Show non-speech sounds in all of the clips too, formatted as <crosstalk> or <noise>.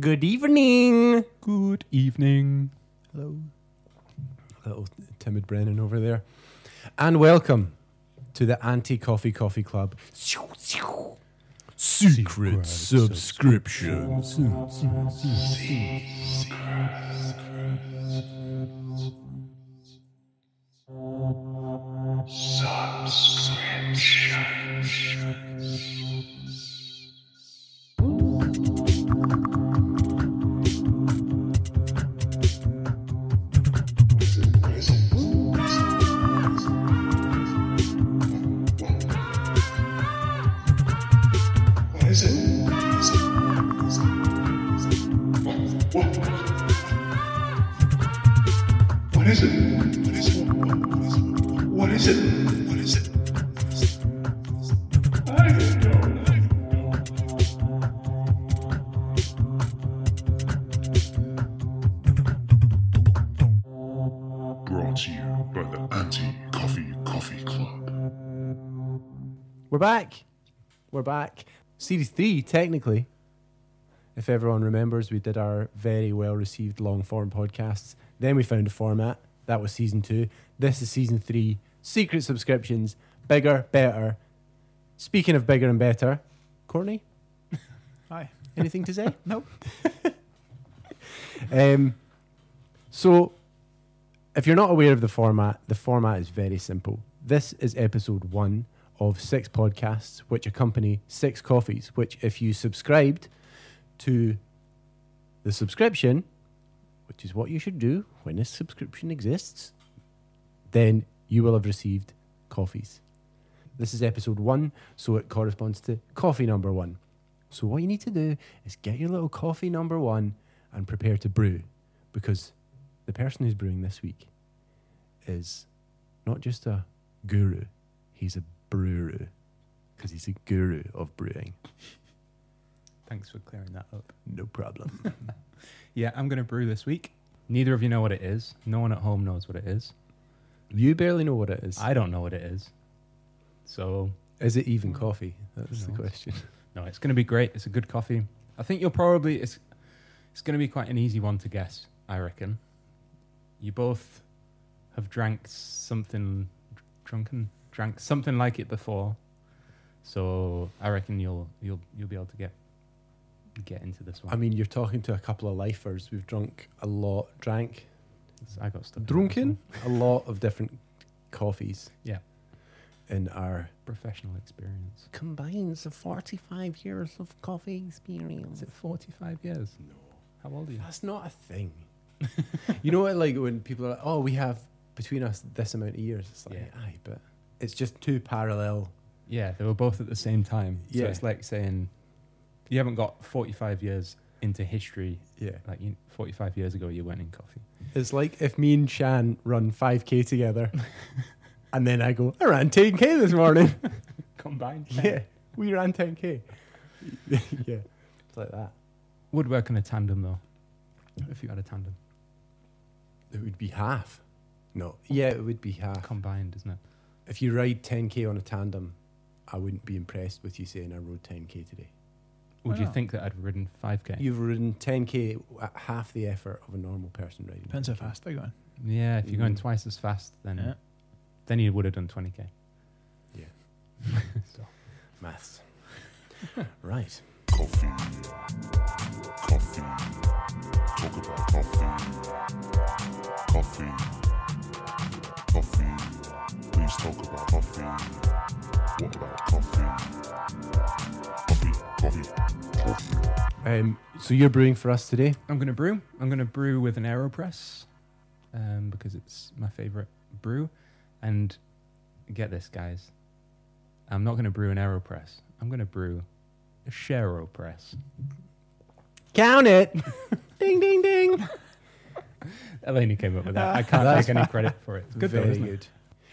Good evening. Good evening. Hello. Little timid Brennan over there. And welcome to the Anti Coffee Coffee Club. Secret subscriptions. What is it? What is it? What is it? What is it? What? What? What is it? What is it? What is it? What is it? What is it? I don't know. I don't know. Brought to you by the Anti Coffee Coffee Club. We're back. We're back. Series three, technically. If everyone remembers, we did our very well received long form podcasts. Then we found a format. That was season two. This is season three. Secret subscriptions. Bigger, better. Speaking of bigger and better, Courtney, Hi. anything to say? Nope. Um, so, if you're not aware of the format, the format is very simple. This is episode one of six podcasts, which accompany six coffees. Which, if you subscribed to the subscription, which is what you should do when this subscription exists, then you will have received coffees. This is episode one, so it corresponds to coffee number one. So, what you need to do is get your little coffee number one and prepare to brew because the person who's brewing this week is not just a guru, he's a brewer because he's a guru of brewing. Thanks for clearing that up. No problem. Yeah, I'm going to brew this week. Neither of you know what it is. No one at home knows what it is. <laughs> you barely know what it is. I don't know what it is. So, is it even coffee? That's the No. question. no, it's going to be great. It's a good coffee. I think you'll probably it's it's going to be quite an easy one to guess, I reckon. You both have drank something drunken, drank something like it before. So, I reckon you'll you'll you'll be able to get get into this one. I mean, you're talking to a couple of lifers. We've drunk a lot, drank, I got stuck. in that drunken a one. lot of different coffees. Yeah. In our professional experience. combines the 45 years of coffee experience. Is it 45 years? No. How old are you? That's not a thing. you know what? Like when people are like, "Oh, we have between us this amount of years." It's like, Yeah. aye, but it's just two parallel. Yeah, they were both at the same time. Yeah. So it's like saying you haven't got 45 years into history. Yeah, Like you, 45 years ago, you went in coffee. it's like if me and Shan run five k <laughs> together, and then I go, "I ran ten k this morning." <laughs> Combined? <laughs> yeah, we ran ten k. <laughs> yeah, it's like that. Would work on a tandem, though. If you had a tandem. It would be half. No, yeah, it would be half. Combined, isn't it? If you ride ten k on a tandem, I wouldn't be impressed with you saying I rode ten k today. Would you not? think that I'd ridden 5K? You've ridden 10k at uh, half the effort of a normal person riding. Depends how 10K. fast they're going. yeah, if you're going Mm. twice as fast, then Yeah. then you would have done 20K. Yeah. so, Maths. <laughs> right. Coffee. Coffee. Talk about coffee. Coffee. Coffee. Please talk about coffee. What about coffee? Coffee. Coffee. Coffee. Um, so you're brewing for us today. I'm going to brew. I'm going to brew with an AeroPress um, because it's my favorite brew. And get this, guys. I'm not going to brew an AeroPress. I'm going to brew a Shero Press. Count it. ding, ding, ding. Elena came up with that. I <laughs> can't take any credit for it. It's good though, Very isn't it? good.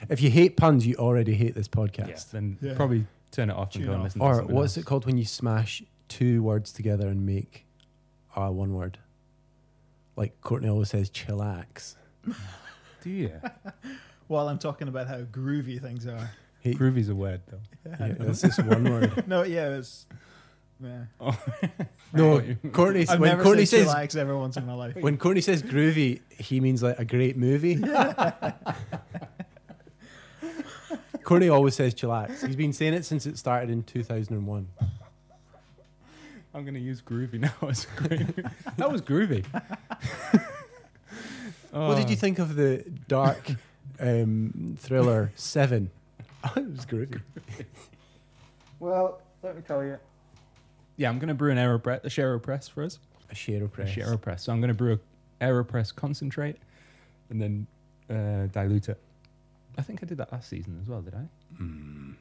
If you hate puns, you already hate this Yeah, podcast. then Yeah. probably turn it off Tune and go and off. listen to Or something what's else. it called when you smash two words together and make uh, one word? Like Courtney always says, chillax. Do you? While I'm talking about how groovy things are. Groovy's a word though. <laughs> Yeah, that's just one word. No, yeah, it's Yeah. No, What you- Courtney. I've when never Courtney said says chillax ever once in my life. when Courtney says groovy, he means like a great movie. <laughs> Courtney always says chillax. He's been saying it since it started in 2001. I'm gonna use groovy now. As groovy. <laughs> that was <laughs> groovy. What did Oh. you think of the dark um, thriller <laughs> Seven? it was groovy. Well, let me tell you. Yeah, I'm gonna brew an Aeropress, a Aeropress for us. A share of A press. Aeropress. So I'm gonna brew a Aeropress concentrate, and then uh, dilute it. I think I did that last season as well. Did I? Hmm.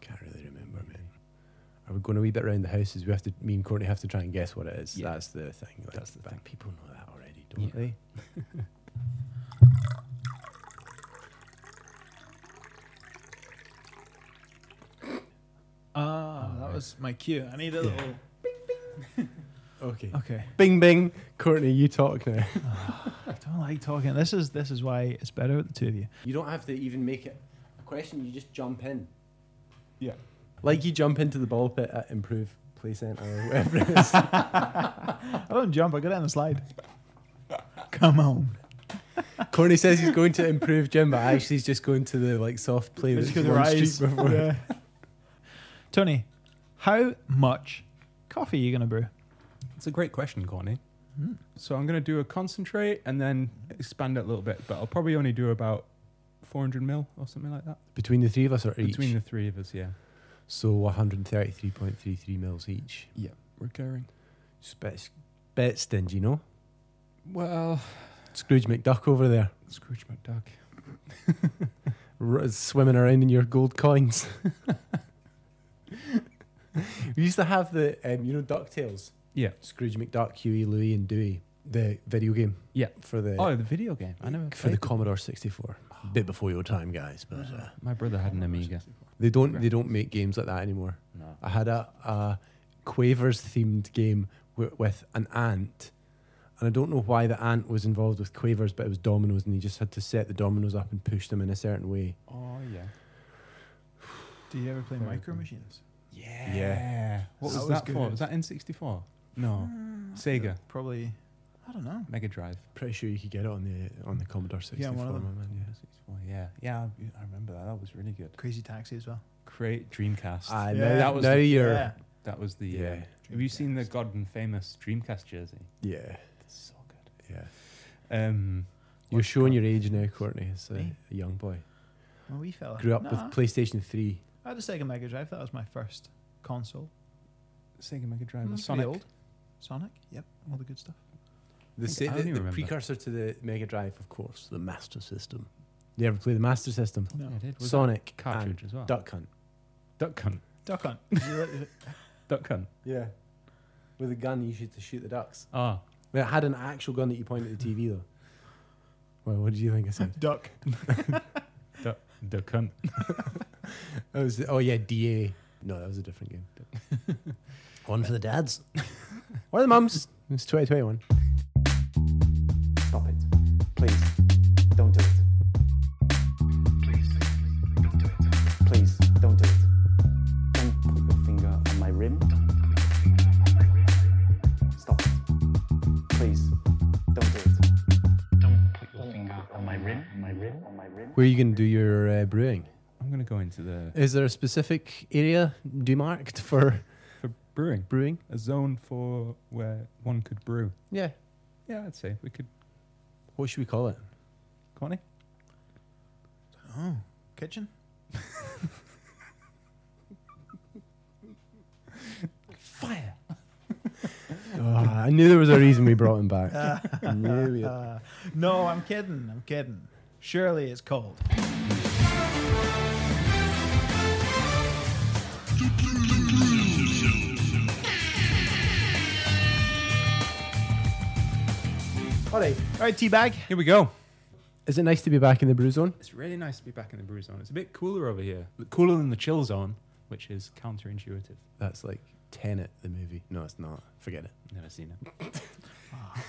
Can't really remember, man. Are we going a wee bit round the houses? We have to. Me and Courtney have to try and guess what it is. Yeah. That's the thing. Like, That's the but thing. People know that already, don't Yeah. they? Ah, that was my cue. I need a Yeah. little. Okay. Okay. Bing, bing. Courtney, you talk now. I don't like talking. This is this is why it's better with the two of you. You don't have to even make it a question. You just jump in. Yeah. Like you jump into the ball pit at Improve Play Centre or whatever it <laughs> is. <laughs> I don't jump. I go down the slide. <laughs> Come on. Courtney says he's going to Improve Gym, but actually he's just going to the like soft play that's Just go on to the rise. street before. Yeah. <laughs> Tony, how much coffee are you gonna brew? It's a great question, Courtney. So I'm gonna do a concentrate and then expand it a little bit, but I'll probably only do about 400 mil or something like that Between the three of us or each? between the three of us. Yeah. so 133.33 mils each. Yeah. Recurring. It's a bit, bit stingy, no? Well, Scrooge McDuck over there, Scrooge McDuck. r- swimming around in your gold coins. <laughs> we used to have the, um, you know, DuckTales. Yeah. Scrooge McDuck, Huey, Louie, and Dewey. The video game. Yeah. For the Oh, the video game. I never for the played it. Oh. Commodore 64. Bit before your time, guys. But uh, My brother had an Amiga. they don't they don't make games like that anymore. No. I had a, a Quavers themed game w- with an ant. And I don't know why the ant was involved with Quavers, but it was dominoes, and you just had to set the dominoes up and push them in a certain way. Oh yeah. Do you ever play Very micro good. machines? Yeah. What was That Ah. was that for? good. Was that in '64? No. Sega, Probably. I don't know. Mega Drive. Pretty sure you could get it on the on the Commodore 64. Yeah, one of them. man, yeah. 64. Yeah. Yeah. I- I remember that. That was really good. Crazy Taxi as well. Great Dreamcast. Ah, Yeah. now, That was now the- you're Yeah. that was the. Yeah. uh, have you seen the Dreamcast. god and famous Dreamcast jersey? yeah It's so good. yeah. Um. You're what's it showing called? your age now, Courtney. As a, Me? a young boy, My wee fella. grew up with Nah, PlayStation 3. I had a Sega Mega Drive. That was my first console. Sega Mega Drive. Mm, was pretty Sonic. old. Sonic. Yep. All the good stuff. The, think- I the, only the remember. precursor to the Mega Drive, of course, the Master System. You ever play the Master System? No. Yeah, I did. Was that Sonic cartridge as well. and Duck Hunt. Duck Hunt. Duck Hunt. Duck Hunt. Yeah, with a gun you shoot to shoot the ducks. Ah. Well, it had an actual gun that you pointed at the TV <laughs> though. Well, what did you think I <laughs> said? Duck. Duck. Duck Hunt. That was oh yeah, DA. No, that was a different game. <laughs> One for the dads <laughs> or the mums. It's 2021. Stop it, please. Don't do it. Please don't do it. Don't put your finger on my rim. Stop it. Please don't do it. Don't put your finger on my rim. On my rim. On my rim. Where are you going to do your uh, brewing? I'm gonna go into the Is there a specific area demarked for for brewing. brewing? A zone for where one could brew. Yeah. Yeah, I'd say we could. What should we call it? Connie. Oh. <laughs> Kitchen. Fire. I knew there was a reason we brought him back. Ah, <laughs> I knew we- Uh, no, I'm kidding. I'm kidding. Surely it's cold. All right. All right, teabag. Here we go. Is it nice to be back in the brew zone? It's really nice to be back in the brew zone. It's a bit cooler over here, but cooler than the chill zone, which is counterintuitive. That's like Tenet, the movie. No, it's not. Forget it. Never seen it. Ah.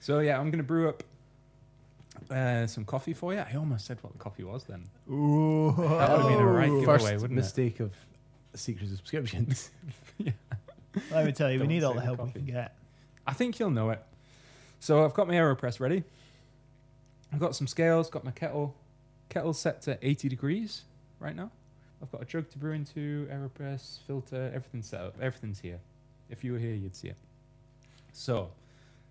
so yeah, I'm gonna brew up uh, some coffee for you. I almost said what the coffee was then. Ooh. That would have been a right giveaway, First wouldn't mistake of Secret Subscriptions. it? Let me tell you, we Don't need all say the the help we coffee. can get. I think you'll know it. So I've got my AeroPress ready. I've got some scales, got my kettle. Kettle set to 80 degrees right now. I've got a jug to brew into, AeroPress, filter, everything's set up. Everything's here. If you were here, you'd see it. So,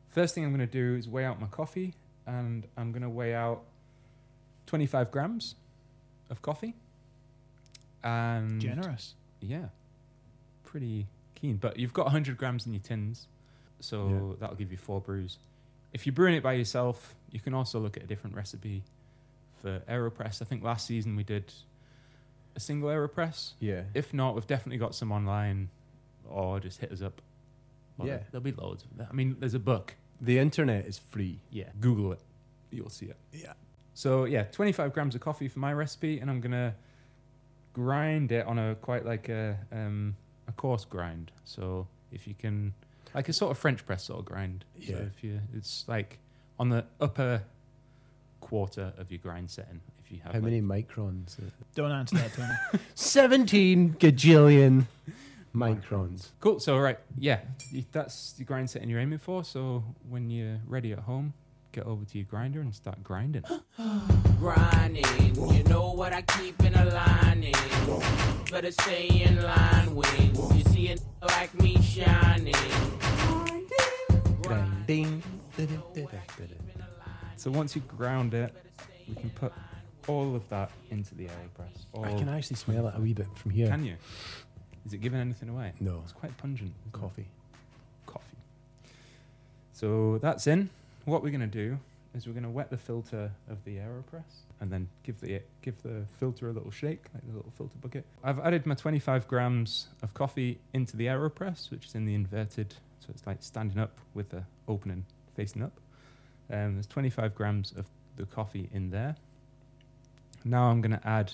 first thing I'm going to do is weigh out my coffee, and I'm going to weigh out 25 grams of coffee. Mm. And Generous. yeah, pretty keen. But you've got 100 grams in your tins, so that'll give you four brews. If you're brewing it by yourself, you can also look at a different recipe for AeroPress. I think last season we did a single AeroPress. <laughs> Yeah. If not, we've definitely got some online, or just hit us up. Yeah. there'll be loads. Of that. I mean, there's a book. The internet is free. Yeah, Google it, you'll see it. Yeah. So yeah, 25 grams of coffee for my recipe, and I'm gonna grind it on a quite like a um, a coarse grind. So if you can, like a sort of French press sort of grind. So Yeah. if you, it's like on the upper quarter of your grind setting. If you have How like- many microns? Don't answer that, <laughs> Tony. 17 gajillion microns. Cool. So right, yeah, y- that's the grind setting you're aiming for. So when you're ready at home, get over to your grinder and start grinding. <gasps> grinding. You know what I keep in a line in. Better stay in line with. You see it like me shining. Grinding. So once you ground it, we can put all of that into the aeropress. All I can actually smell it a wee bit from here. Can you? Is it giving anything away? No. It's quite pungent. isn't it? Coffee. Coffee. So that's in. What we're gonna do is we're gonna wet the filter of the aeropress and then give the give the filter a little shake, like the little filter bucket. I've added my 25 grams of coffee into the aeropress, which is in the inverted, so it's like standing up with the opening facing up. Um, there's 25 grams of the coffee in there. Now I'm gonna add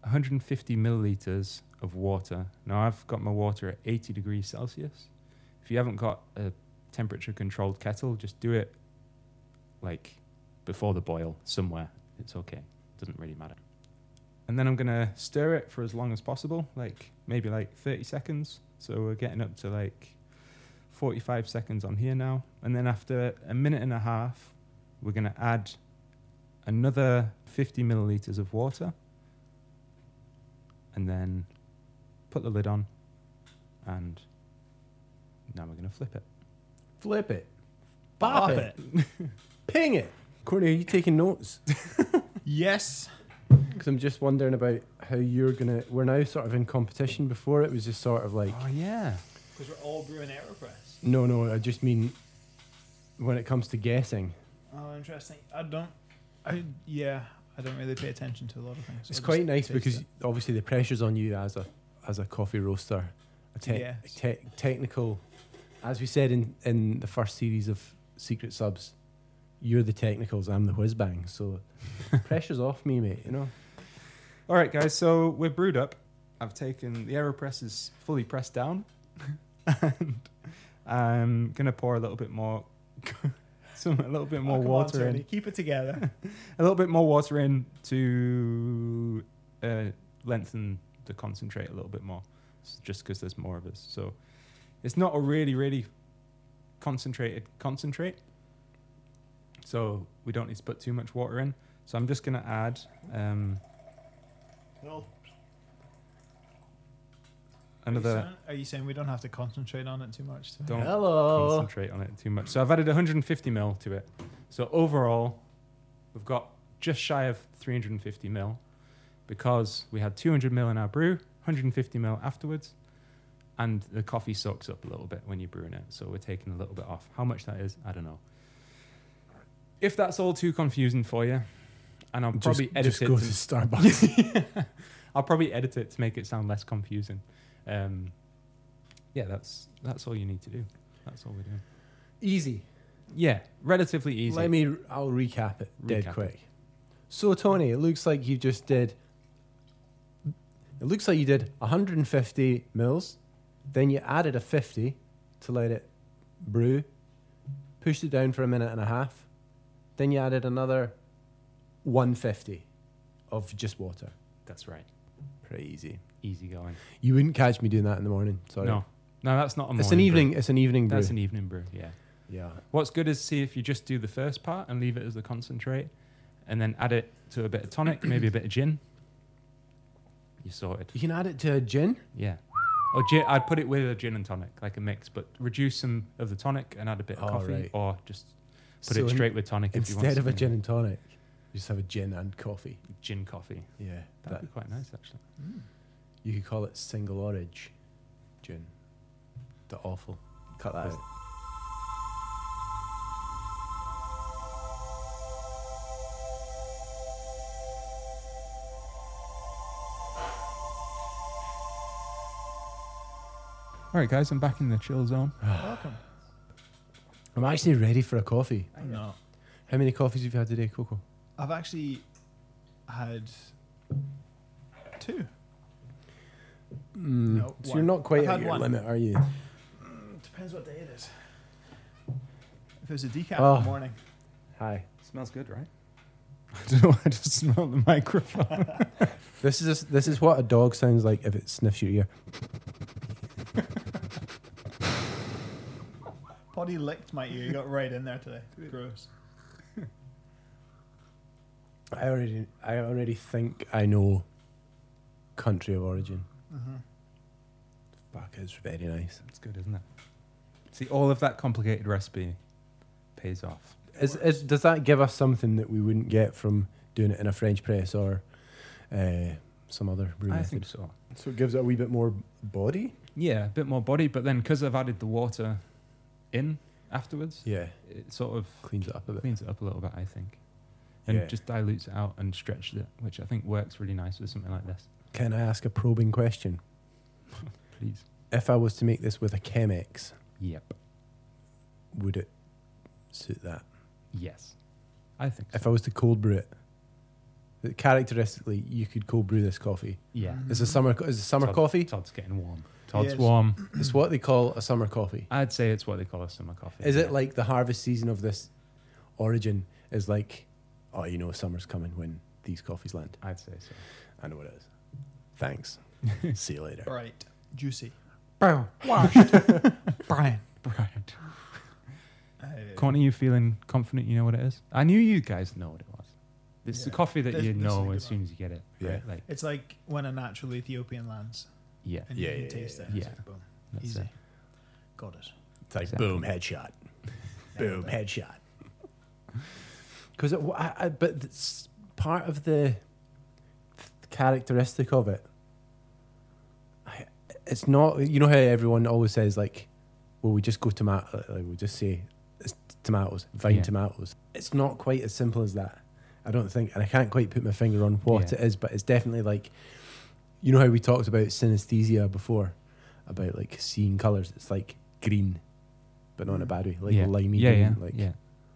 150 milliliters of water. Now I've got my water at 80 degrees Celsius. If you haven't got a temperature controlled kettle, just do it like before the boil somewhere. It's okay. Doesn't really matter. And then I'm gonna stir it for as long as possible, like maybe like 30 seconds. So we're getting up to like 45 seconds on here now. And then after a minute and a half, we're gonna add another 50 milliliters of water and then put the lid on and now we're going to flip it Flip it. Bop it. Ping it. Courtney, are you taking notes? <laughs> Yes. Because I'm just wondering about how you're going to. We're now sort of in competition. Before it was just sort of like. Oh, yeah Because we're all brewing AeroPress. No, no, I just mean when it comes to guessing. Oh, interesting. I don't. I yeah. I don't really pay attention to a lot of things. I It's just quite nice taste because it. obviously the pressure's on you as a as a coffee roaster, a, te- Yes. a te- technical. As we said in in the first series of Secret Subs, you're the technicals, I'm the whiz bang. So pressure's off me, mate. You know. all right guys so we're brewed up i've taken the aeropress is fully pressed down <laughs> and i'm going to pour a little bit more <laughs> some a little bit more Oh, come on, water Tony, in Keep <laughs> it together. a little bit more water in to uh, lengthen the concentrate a little bit more, s- just because there's more of us. So it's not a really, really concentrated concentrate. So we don't need to put too much water in. So I'm just going to add um, Well, Are you, another. saying, are you saying we don't have to concentrate on it too much? Tony? Don't Hello. concentrate on it too much. So I've added 150 mil to it. So overall, we've got just shy of 350 mil because we had 200 mil in our brew, 150 mil afterwards, and the coffee soaks up a little bit when you're brewing it. So we're taking a little bit off. How much that is, I don't know. If that's all too confusing for you, and I'll probably edit just it. go to- to Starbucks. I'll probably edit it to make it sound less confusing. Um, yeah, that's that's all you need to do. That's all we're doing. Easy. Yeah, relatively easy. Let me. I'll recap it dead Recap it. quick. So Tony, it looks like you just did. It looks like you did 150 mils, then you added a 50 to let it brew, pushed it down for a minute and a half, then you added another 150 of just water. That's right. Pretty easy. Easy going. You wouldn't catch me doing that in the morning. Sorry. No, No, that's not a morning It's an brew. evening. It's an evening brew. That's an evening brew, yeah. yeah. What's good is see if you just do the first part and leave it as the concentrate and then add it to a bit <clears throat> of tonic, maybe a bit of gin. You're sorted. You can add it to a gin. Yeah. Or gin, I'd put it with a gin and tonic, like a mix, but reduce some of the tonic and add a bit of Oh, coffee right. or just put So it in- straight with tonic if you want. Instead of a something gin and tonic, you just have a gin and coffee. with Gin coffee. Yeah. That, That'd be quite nice, actually. Hmm. you could call it single orange gin. The awful. Cut that out. All right, guys, I'm back in the chill <sighs> zone. Welcome. I'm actually ready for a coffee. I'm not. How many coffees have you had today, Coco? I've actually had two. No, Mm. so one. you're not quite I've at had your one. limit, are you? Depends what day it is. If it was a decaf Oh. in the morning, Hi. Smells good, right? <laughs> I don't know why I just smelled the microphone. This is this is what a dog sounds like if it sniffs your ear. potty licked my ear. You got right in there <laughs> today. Gross. I already I already think I know country of origin. Fuck, it's very nice. It's good, isn't it? See, all of that complicated recipe pays off. Is, is does that give us something that we wouldn't get from doing it in a French press or uh, some other brew I method? think so. So it gives it a wee bit more body. Yeah, a bit more body, but then because I've added the water in afterwards, Yeah, it sort of cleans it up a bit. cleans it up a little bit, I think. And Yeah. just dilutes it out and stretches it, which I think works really nice with something like this. Can I ask a probing question? Please. If I was to make this with a Chemex, Yep. would it suit that? Yes. I think so. If I was to cold brew it, that characteristically, you could cold brew this coffee. Yeah. It's a summer. co- It's a summer Todd- coffee. Todd's getting warm. Todd's is. warm. It's what they call a summer coffee. I'd say it's what they call a summer coffee. Is yeah. it like the harvest season of this origin is like, oh, you know, summer's coming when these coffees land? I'd say so. I know what it is. Thanks. See you later. Bright. Juicy. Brian. Washed. Brian. Brian. Uh, Courtney, you feeling confident you know what it is? I knew you guys know what it was. It's the Yeah. coffee that This- you this is a know good as one. soon as you get it. Right? Like, it's like when a natural Ethiopian lands yeah. and you Yeah, can yeah, taste yeah, it. and it's yeah. like, boom. That's Easy. it. Got it. It's like Exactly. boom, headshot. boom, headshot. <laughs> Because, uh, I, I, but it's part of the characteristic of it. I, it's not. You know how everyone always says like, "Well, we just go tomato. Like, we just say it's tomatoes, vine Yeah. tomatoes." It's not quite as simple as that. I don't think, and I can't quite put my finger on what Yeah. it is, but it's definitely like, you know how we talked about synesthesia before, about like seeing colors. It's like green, but not in a bad way, like yeah. limey yeah, green. yeah, like yeah,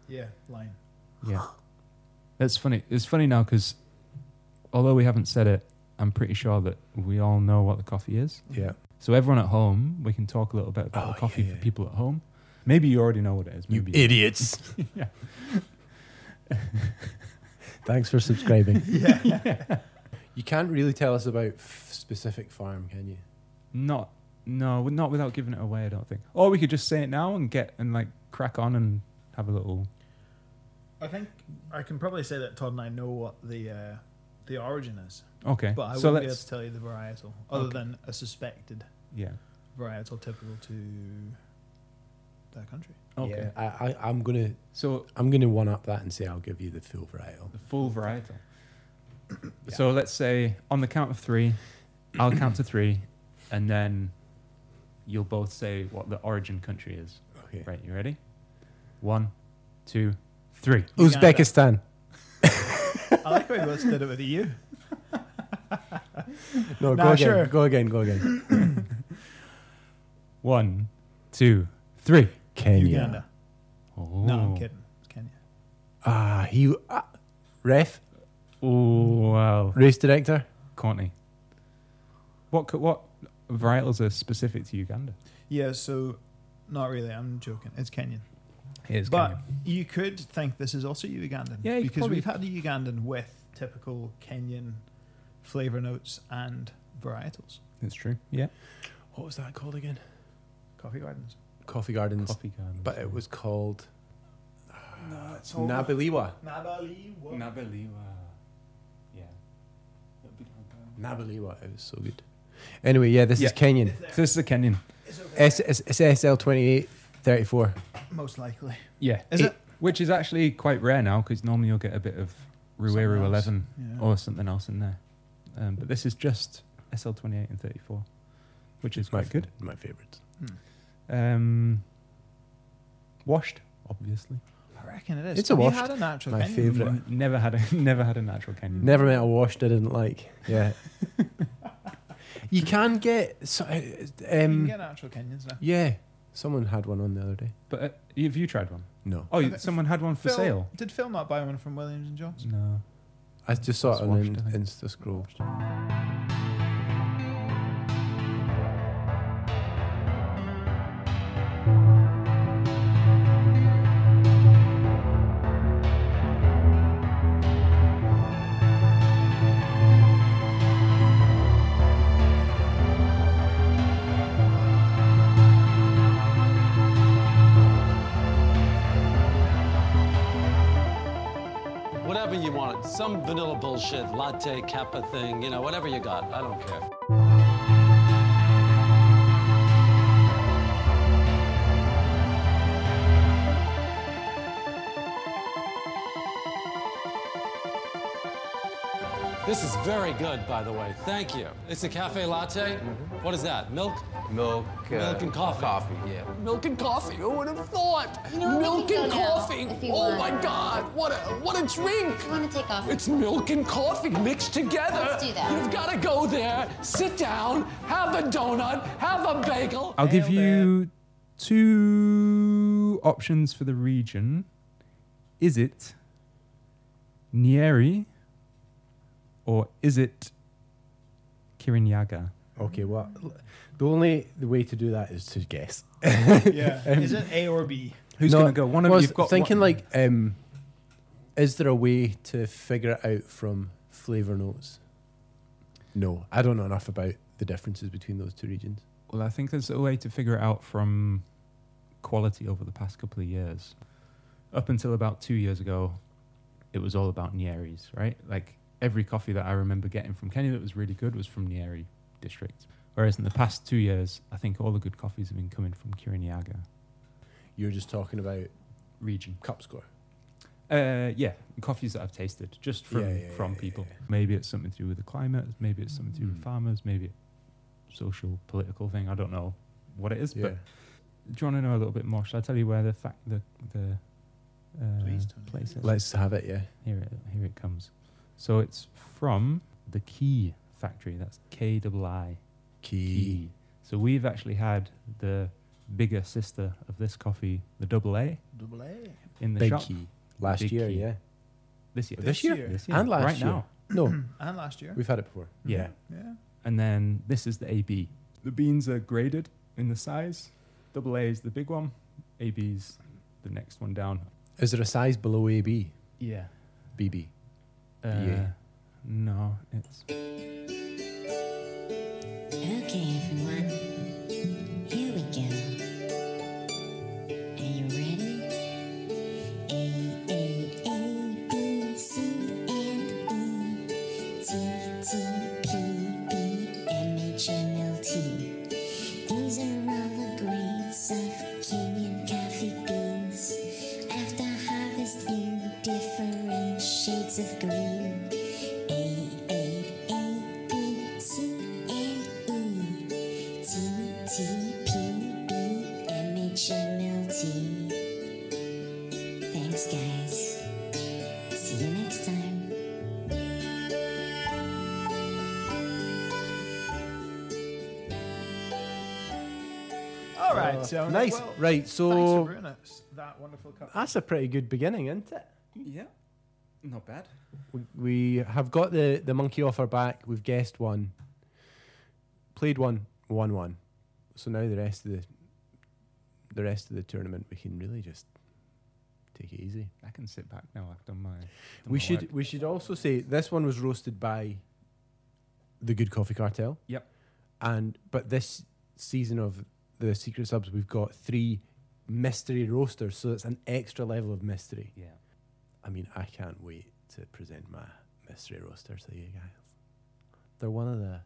Yeah, line. yeah. That's funny. It's funny now because although we haven't said it, I'm pretty sure that we all know what the coffee is. yeah. So everyone at home, we can talk a little bit about Oh, the coffee yeah, for yeah. people at home. Maybe you already know what it is. You Maybe idiots! <laughs> <laughs> Yeah. Thanks for subscribing. <laughs> Yeah. You can't really tell us about f- specific farm, can you? not. No, not without giving it away. I don't think. Or we could just say it now and get and like crack on and have a little. I think I can probably say that Todd and I know what the uh, the origin is, Okay. but I so wouldn't be able let's. to tell you the varietal, other than a suspected Yeah. varietal typical to that <laughs> country. Okay. Yeah, I, I, I'm gonna, So I'm gonna one up that and say I'll give you the full varietal. The full varietal. So let's say on the count of three, I'll count to three, and then you'll both say what the origin country is. Okay. Right, you ready? One, two, three. Uzbekistan. I like how he once did it with EU. No, Nah, go again. sure. Go again. Go <clears throat> again. One, two, three. Kenya. Uganda. Oh. No, I'm kidding. It's Kenya. Ah, he. ah, ref, Oh, wow. race director. Courtney. What, co- what varietals are specific to Uganda? Yeah, so not really. I'm joking. It's Kenyan. Here's but you could think this is also Ugandan. Yeah, you could because probably- we've had a Ugandan with typical Kenyan flavour notes and varietals. That's true. Yeah. What was that called again? Coffee Gardens. Coffee Gardens, Coffee Gardens. but it was called No, it's Nabiliwa. Nabaliwa. Nabaliwa. Yeah. Nabiliwa. It was so good. Anyway, yeah, this is Yeah. Kenyan. So this is a Kenyan. S- it's, it's SL twenty eight thirty four. Most likely. Yeah. Is it? Which is actually quite rare now because normally you'll get a bit of Rueru Something else. 11 Yeah. or something else in there. Um, but this is just SL28 and 34, which is quite good. My favorite. Um, washed, obviously. I reckon it is. It's a Have you washed. had a natural My Kenyan favourite. before? N- Never had a <laughs> never had a natural Kenyan. Never met a wash that I didn't like. <laughs> Yeah. you can get. So, You can um, get natural Kenyans now. yeah, someone had one on the other day. But uh, have you tried one? No, Oh, Okay. someone had one for Phil- sale. Did Phil not buy one from Williams and <laughs> Johnson? No. I just saw it It's on washed, an I think. Insta scroll. Whatever you want, some vanilla bullshit, latte, kappa thing, you know, whatever you got, I don't care. This is very good, by the way. Thank you. It's a cafe latte. What is that? Milk? Mm-hmm. Milk, uh, Milk and coffee. Coffee, yeah. Milk and coffee. Who would have thought? know, we Milk can and go now, coffee. if you Oh want. my God! What a what a drink! I want to take off. It's milk and coffee mixed together. Let's do that. You've got to go there, sit down, have a donut, have a bagel. I'll give Nailed you two options for the region. Is it Nyeri or is it Kirinyaga? Okay, well, the only the way to do that is to guess. Yeah. Um, is it A or B? Who's No, going to go? One of well, I was you've got thinking one- like, um, is there a way to figure it out from flavor notes? No, I don't know enough about the differences between those two regions. Well, I think there's a way to figure it out from quality over the past couple of years. Up until about two years ago, it was all about Nieri's, right? Like every coffee that I remember getting from Kenya that was really good was from Nieri district. Whereas in the past two years, I think all the good coffees have been coming from Kirinyaga You're just talking about region. cup score. Uh, yeah, coffees that I've tasted just from Yeah, yeah, from yeah, people. yeah, Maybe it's something to do with the climate. Maybe it's something to do with Mm. farmers. Maybe it's social political thing. I don't know what it is, Yeah. but do you want to know a little bit more? Shall I tell you where the fact the the uh, Please, Tony. place is? Let's have it, yeah. Here it here it comes. So it's from the Key factory. That's K double I Key. Key. So we've actually had the bigger sister of this coffee, the double A, Double A. in the Big shop key. Last Big year, key. <clears throat> yeah. this year. This year? This And last right year. now. No, And last year. we've had it before. Yeah. Yeah. And then this is the AB. Mm-hmm. The beans are graded in the size. Double A is the big one. AB's the next one down. Is there a size below AB? Yeah. BB. Uh, Yeah. No, it's Okay, everyone. Here we go. Are you ready? A, A, A, B, C, and E. T, T, P, B, M, H, M, L, T. These are all the grades of Kenyan coffee beans. After harvest in different shades of green. A, A, A, B, C, and E. T, T, P, B, M, H, M, L, T. Thanks, guys. See you next time. All right. so Oh, uh, Nice. Well, right, Thanks for so Ah. brewing us that wonderful cup. that's a pretty good beginning, isn't it? Yeah. Not bad. We have got the, the monkey off our back. We've guessed one, played one, won one. So now the rest of the the rest of the tournament, we can really just take it easy. I can sit back now. I've done my. done We my should work. we should also say this one was roasted by the Good Coffee Cartel. Yep. And but this season of the secret subs, we've got three mystery roasters, so it's an extra level of mystery. Yeah. I mean, I can't wait to present my mystery roaster to you guys. They're one of the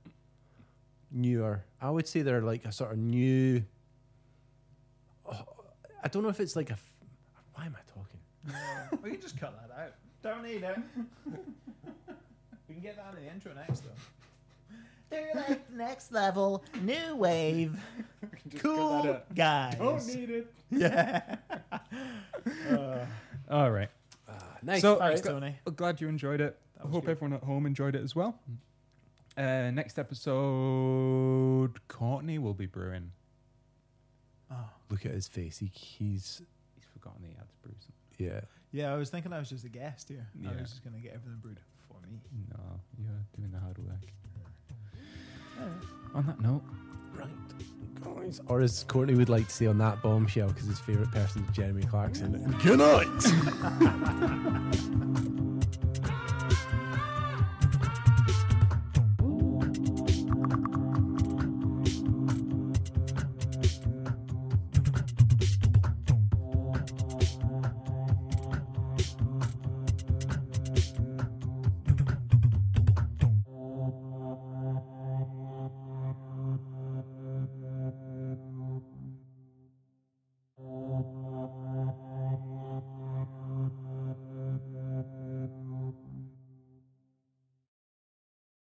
newer. I would say they're like a sort of new. Oh, I don't know if it's like a. f- Why am I talking? we can just cut that out. Don't <laughs> need it. we can get that in the intro next though. They're <laughs> like next level, new wave, cool guys. need it. All right. Nice. So- Thanks, Alright. Tony. Well, glad you enjoyed it. I hope everyone at home enjoyed it as well. Uh, next episode, Courtney will be brewing. Look at his face. He, he's He's forgotten he had to brew yeah. something. Yeah, I was thinking I was just a guest here. I Yeah. was just gonna get everything brewed for me. No, you're doing the hard work. On that note, Right, guys. Or as Courtney would like to say on that bombshell, because his favorite person is Jeremy Clarkson. Good night.